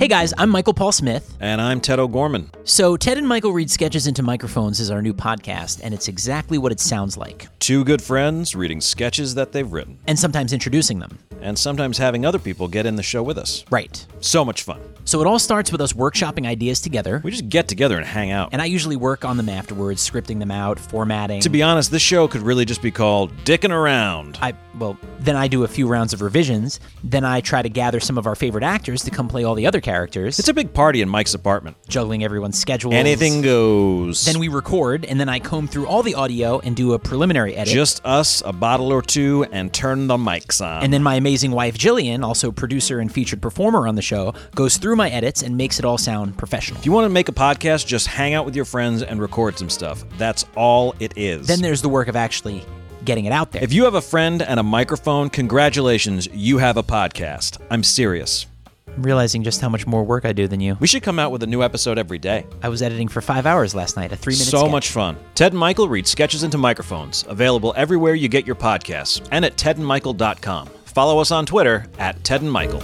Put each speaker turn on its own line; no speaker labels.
Hey guys, I'm Michael Paul Smith.
And I'm Ted O'Gorman.
So, Ted and Michael read sketches into microphones is our new podcast, and it's exactly what it sounds like,
Two good friends reading sketches that they've written,
and sometimes introducing them.
and sometimes having other people get in the show with us.
Right.
So much fun.
So, it all starts with us workshopping ideas together,
We just get together and hang out.
and I usually work on them afterwards, scripting them out, formatting.
to be honest, this show could really just be called Dickin' Around.
I well, then I do a few rounds of revisions, then I try to gather some of our favorite actors to come play all the other characters,
It's a big party in Mike's apartment.
juggling everyone's schedules.
Anything goes.
Then we record, and then I comb through all the audio and do a preliminary edit.
just us, a bottle or two, and turn the mics on.
And then my amazing wife, Jillian, also producer and featured performer on the show, goes through my edits and makes it all sound professional.
if you want to make a podcast, just hang out with your friends and record some stuff. That's all it is.
Then there's the work of actually getting it out there.
if you have a friend and a microphone, congratulations, you have a podcast. I'm serious.
I'm realizing just how much more work I do than you.
We should come out with a new episode every day.
I was editing for five hours last night, a three minute
so much fun. Ted and Michael read sketches into microphones, available everywhere you get your podcasts and at tedandmichael.com. Follow us on Twitter at Ted and Michael.